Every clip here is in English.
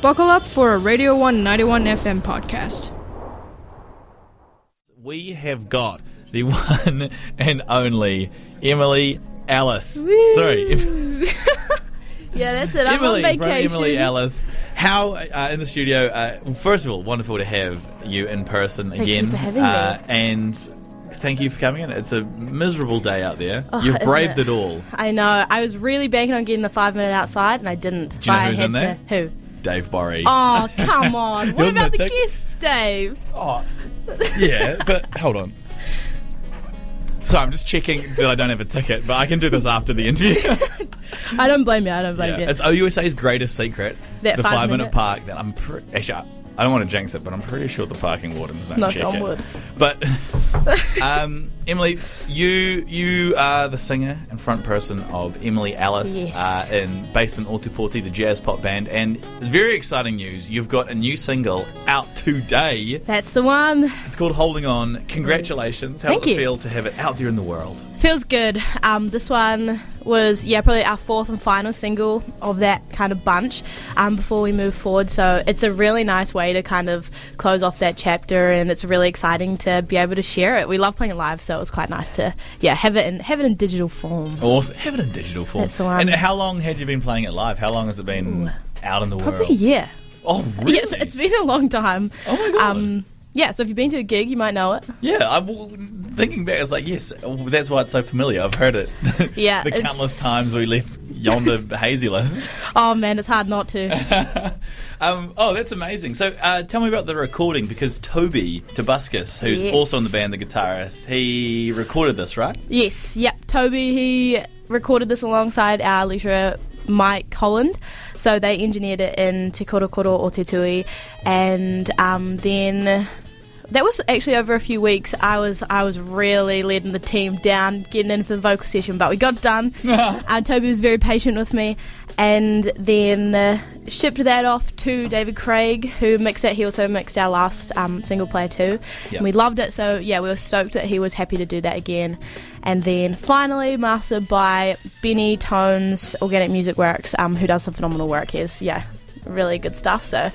Buckle up for a Radio 191 FM podcast. We have got the one and only Emily Alice. Sorry, Em- Yeah, that's it. I'm Emily on from vacation. Emily Alice. How uh, in the studio? Uh, well, first of all, wonderful to have you in person you again. for having me. uh, And thank you for coming in. It's a miserable day out there. You've Oh, isn't braved it? it? all, I know. I was really banking on getting the five minute outside, and I Do didn't. you know But I who's had in there? to- Who? Dave Borry. Oh, come on. What Yours about the isn't it, Tick? guests, Dave? Oh, yeah, but hold on. So I'm just checking that I don't have a ticket, but I can do this after the interview. I don't blame you. I don't blame Yeah, you. It's OUSA's greatest secret. That the five five minute minute- park that I'm pre- actually, I- I don't want to jinx it, but I'm pretty sure the parking wardens don't Knock check on it. wood. But um, Emily, you you are the singer and front person of Emily Alice, Yes. uh, in based in Altiporti, the jazz pop band, and very exciting news: you've got a new single out today. That's the one. It's called "Holding On." Congratulations! How Thank does it you. feel to have it out there in the world? Feels good. Um, this one was, yeah, probably our fourth and final single of that kind of bunch um, before we move forward. So it's a really nice way to kind of close off that chapter, and it's really exciting to be able to share it. We love playing it live, so it was quite nice to, yeah, have it in have it in digital form. Awesome. Have it in digital form. That's the one. And how long had you been playing it live? How long has it been out in the Probably world? a year. Oh, really? Yes, it's been a long time. Oh Um, my God. yeah, so if you've been to a gig, you might know it. yeah, I'm w- thinking back. I was like, yes, oh, that's why it's so familiar. I've heard it. Yeah, the it's- countless times we left yonder haziness. Oh man, it's hard not to. Um, oh, that's amazing. So, uh, tell me about the recording because Toby Tabuscus, who's Yes. also in the band, the guitarist, he recorded this, right? yes, yep. Toby, he recorded this alongside our lecturer Mike Holland. So they engineered it in Te Korokoro or Te Tui, and um, then. That was actually over a few weeks. I was I was really letting the team down, getting in for the vocal session, but we got done. uh, Toby was very patient with me, and then uh, shipped that off to David Craig, who mixed it. He also mixed our last um, single player too, Yeah. and we loved it. So yeah, we were stoked that he was happy to do that again. And then finally mastered by Benny Tones Organic Music Works, um, who does some phenomenal work. He's yeah, really good stuff. So.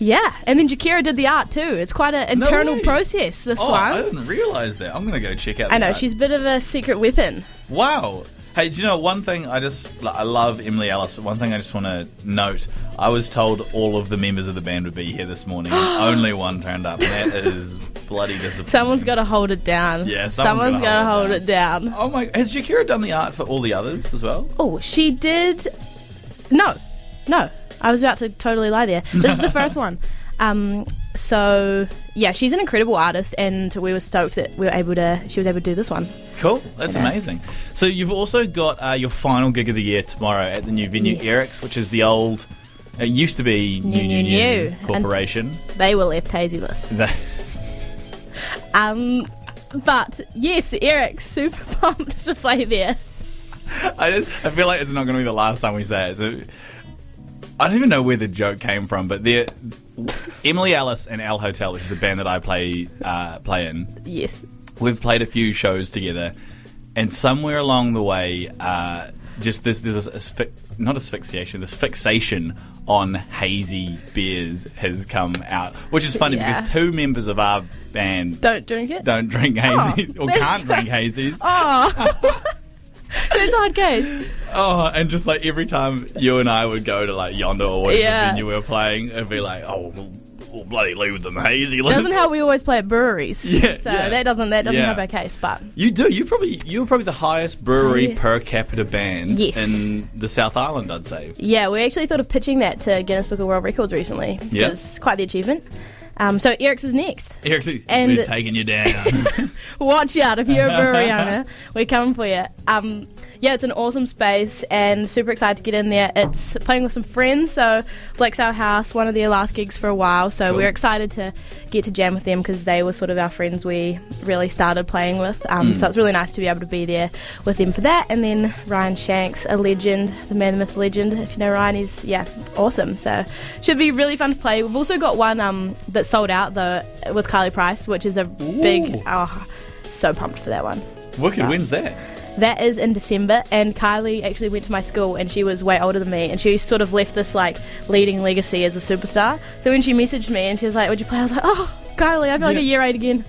Yeah, and then Jakira did the art too. It's quite an internal way. process. This oh, one. I didn't realize that. I'm going to go check out. I know that. she's a bit of a secret weapon. Wow. Hey, do you know one thing? I just I love Emily Alice, but one thing I just want to note: I was told all of the members of the band would be here this morning, and only one turned up. And that is bloody disappointing. Someone's got to hold it down. Yeah, someone's gotta someone's got to hold hold it it down. Oh my! Has Jakira done the art for all the others as well? Oh, she did. No, no. I was about to totally lie there. This is the first one. Um, so yeah, she's an incredible artist, and we were stoked that we were able to. She was able to do this one. Cool. That's amazing. So you've also got uh, your final gig of the year tomorrow at the new venue, Yes. Eric's, which is the old. It used to be New New New, New, New. And- Corporation. They were left hazyless. Um, but yes, Eric's super pumped to play there. I, just, I feel like it's not going to be the last time we say it. So I don't even know where the joke came from, but there, Emily Alice and Al Hotel, which is the band that I play uh, play in, Yes. we've played a few shows together, and somewhere along the way, uh, just this there's a, asfi- not asphyxiation, this fixation on hazy beers has come out, which is funny Yeah. because two members of our band Don't drink it. don't drink hazies or that's can't drink hazies. Oh. That's a hard case. Oh, and just like every time you and I would go to like Yonder or whatever Yeah. venue we were playing, it'd be like, oh, we'll, we'll bloody leave with them hazy. Doesn't help. We always play at breweries. Yeah, So yeah. that doesn't that doesn't Yeah. help our case, but You do. You probably you're probably the highest brewery Oh, yeah. per capita band Yes. in the South Island, I'd say. Yeah, we actually thought of pitching that to Guinness Book of World Records recently. Yeah. It was quite the achievement. Um, so Eric's is next. Eric's, And- we're taking you down. Watch out if you're a brewery owner. We're coming for you. Um, yeah, it's an awesome space and super excited to get in there. It's playing with some friends, so Black's Our House, one of their last gigs for a while. So we're excited to get to jam with them because they were sort of our friends we really started playing with. Um, So it's really nice to be able to be there with them for that. And then Ryan Shanks, a legend, the man, the myth, the legend. If you know Ryan, he's, yeah, awesome. So should be really fun to play. We've also got one um, that's sold out, though, with Carly Price, which is a big. Ooh. Oh, so Ah, pumped for that one. Wicked wins that. That is in December, and Kylie actually went to my school, and she was way older than me, and she sort of left this like leading legacy as a superstar. So when she messaged me and she was like, "Would you play?" I was like, "Oh, Kylie, I feel like Yeah. a year eight again.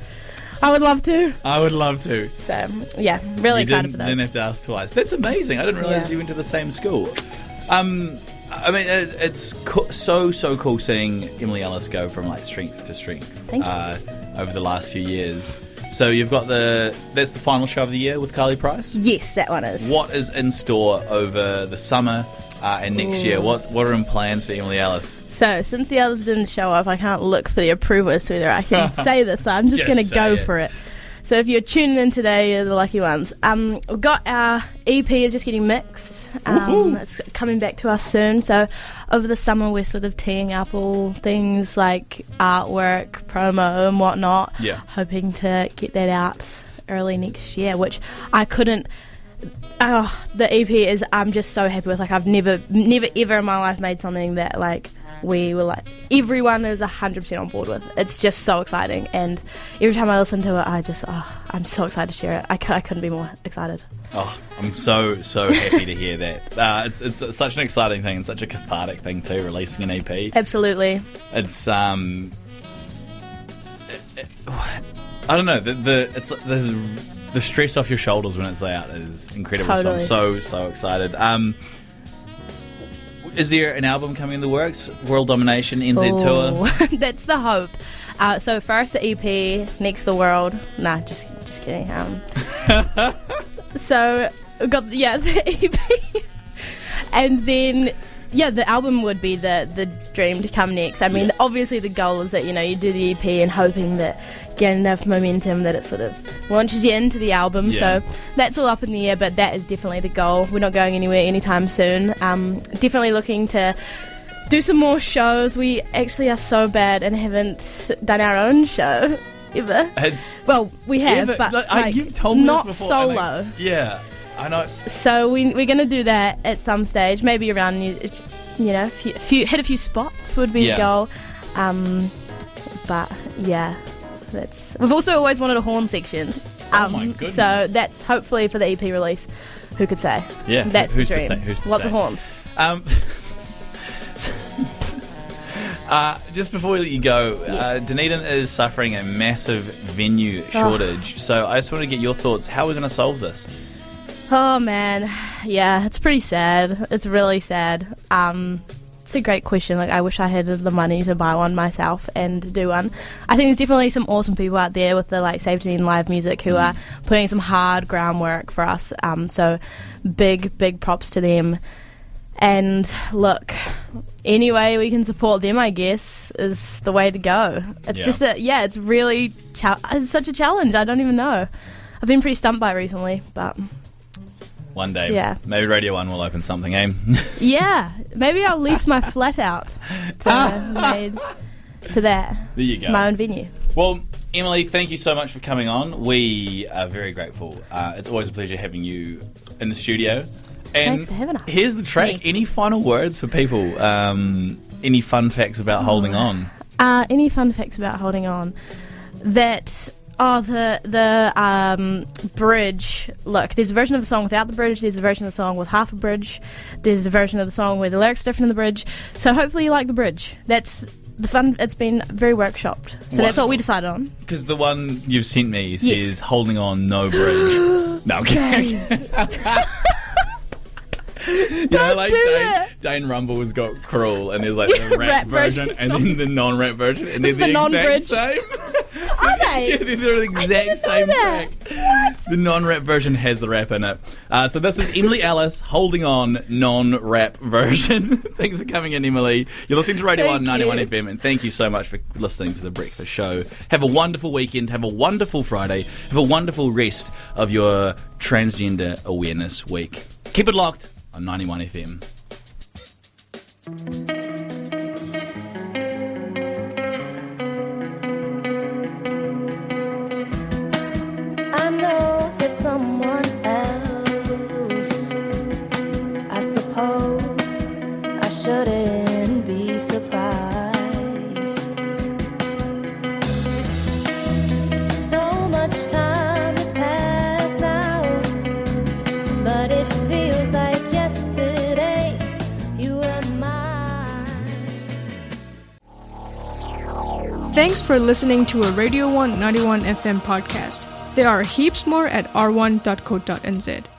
I would love to." I would love to. So yeah, really you excited didn't, for those. didn't have to ask twice. That's amazing. I didn't realize Yeah. you went to the same school. Um, I mean, it, it's co- so so cool seeing Emily Ellis go from like strength to strength Thank you. uh, over the last few years. So you've got the that's the final show of the year with Carly Price. yes, that one is. What is in store over the summer uh, and next year? What what are in plans for Emily Ellis? So, since the others didn't show up, I can't look for the approval as to whether I can say this, so I'm just, Just going to say go it. for it. So, if you're tuning in today, you're the lucky ones. Um, we've got our EP is just getting mixed. Um, Woohoo. it's coming back to us soon. So, over the summer, we're sort of teeing up all things like artwork, promo, and whatnot. Yeah. Hoping to get that out early next year, which I couldn't oh, the EP is I'm just so happy with. Like I've never, never ever in my life made something that like we were like everyone is hundred percent on board with. It's just so exciting, and every time I listen to it, I just oh, I'm so excited to share it. I, cou- I couldn't be more excited. Oh, I'm so so happy to hear that. Uh, it's it's such an exciting thing and such a cathartic thing too. Releasing an E EP. Absolutely. It's um, I don't know. The, the it's there's the stress off your shoulders when it's out is incredible. Totally. So I'm so so excited. Um, is there an album coming in the works? World Domination NZ tour. Ooh, Oh, That's the hope. Uh, so first the EP, next the world. Nah, just just kidding. Um, so we've got yeah the E EP, and then yeah the album would be the the dream to come next. I mean, Yeah. obviously the goal is that you know you do the EP and hoping that you get enough momentum that it sort of launches you into the album. Yeah. So that's all up in the air, but that is definitely the goal. We're not going anywhere anytime soon. Um, definitely looking to do some more shows. We actually are so bad and haven't done our own show ever. It's Well, we have, yeah, but like, like, I- you've told me this not before, and, like, solo. yeah, I know. So we, we're going to do that at some stage, maybe around you, you know, a few, few hit a few spots would be Yeah. the goal. Um, but yeah, that's we've also always wanted a horn section. Oh Um, my goodness. So that's hopefully for the EP release. Who could say? Yeah, That's who's the dream. to say? Who's to Lots say? of horns. Um, uh, just before we let you go, Yes. uh, Dunedin is suffering a massive venue shortage. So I just want to get your thoughts. How are we going to solve this? Oh man, yeah, it's pretty sad. It's really sad. Um, it's a great question. Like, I wish I had the money to buy one myself and do one. I think there's definitely some awesome people out there with the like safety and live music who are putting some hard groundwork for us. Um, so big, big props to them. And look, any way we can support them, I guess, is the way to go. It's Yeah. just that, yeah, it's really chal it's such a challenge. I don't even know. I've been pretty stumped by it recently, but. One day, Yeah. maybe Radio One will open something, eh? Yeah, maybe I'll lease my flat out to made to that there you go. my own venue. Well, Emily, thank you so much for coming on. We are very grateful. Uh, it's always a pleasure having you in the studio. And Thanks for having us. Here's the track. Yeah. Any final words for people? Um, any fun facts Oh. about holding on? Uh, any fun facts about holding on? That oh the the um, bridge. Look, there's a version of the song without the bridge. There's a version of the song with half a bridge. There's a version of the song where the lyrics are different in the bridge. So hopefully you like the bridge. That's the fun. It's been very workshopped. So that's Wonderful. what we decided on. Because the one you've sent me says Yes. holding on, no bridge. no, I'm kidding. You know, like do Dane, that. Dane Rumble has got cruel, and there's like the Yeah, rap, rap version, and version. then the non-rap version, and This they're is the, the exact same. Okay. yeah, they're the exact know same that. track. The non-rap version has the rap in it. Uh, so this is Emily Ellis holding on non-rap version. Thanks for coming in, Emily. You're listening to Radio Thank 1 91 you. FM, and thank you so much for listening to the Breakfast Show. Have a wonderful weekend. Have a wonderful Friday. Have a wonderful rest of your transgender awareness week. Keep it locked on 91 FM. I know there's someone else. I suppose I shouldn't be surprised. So much time has passed now. Thanks for listening to a Radio 191 FM podcast. There are heaps more at r1.co.nz.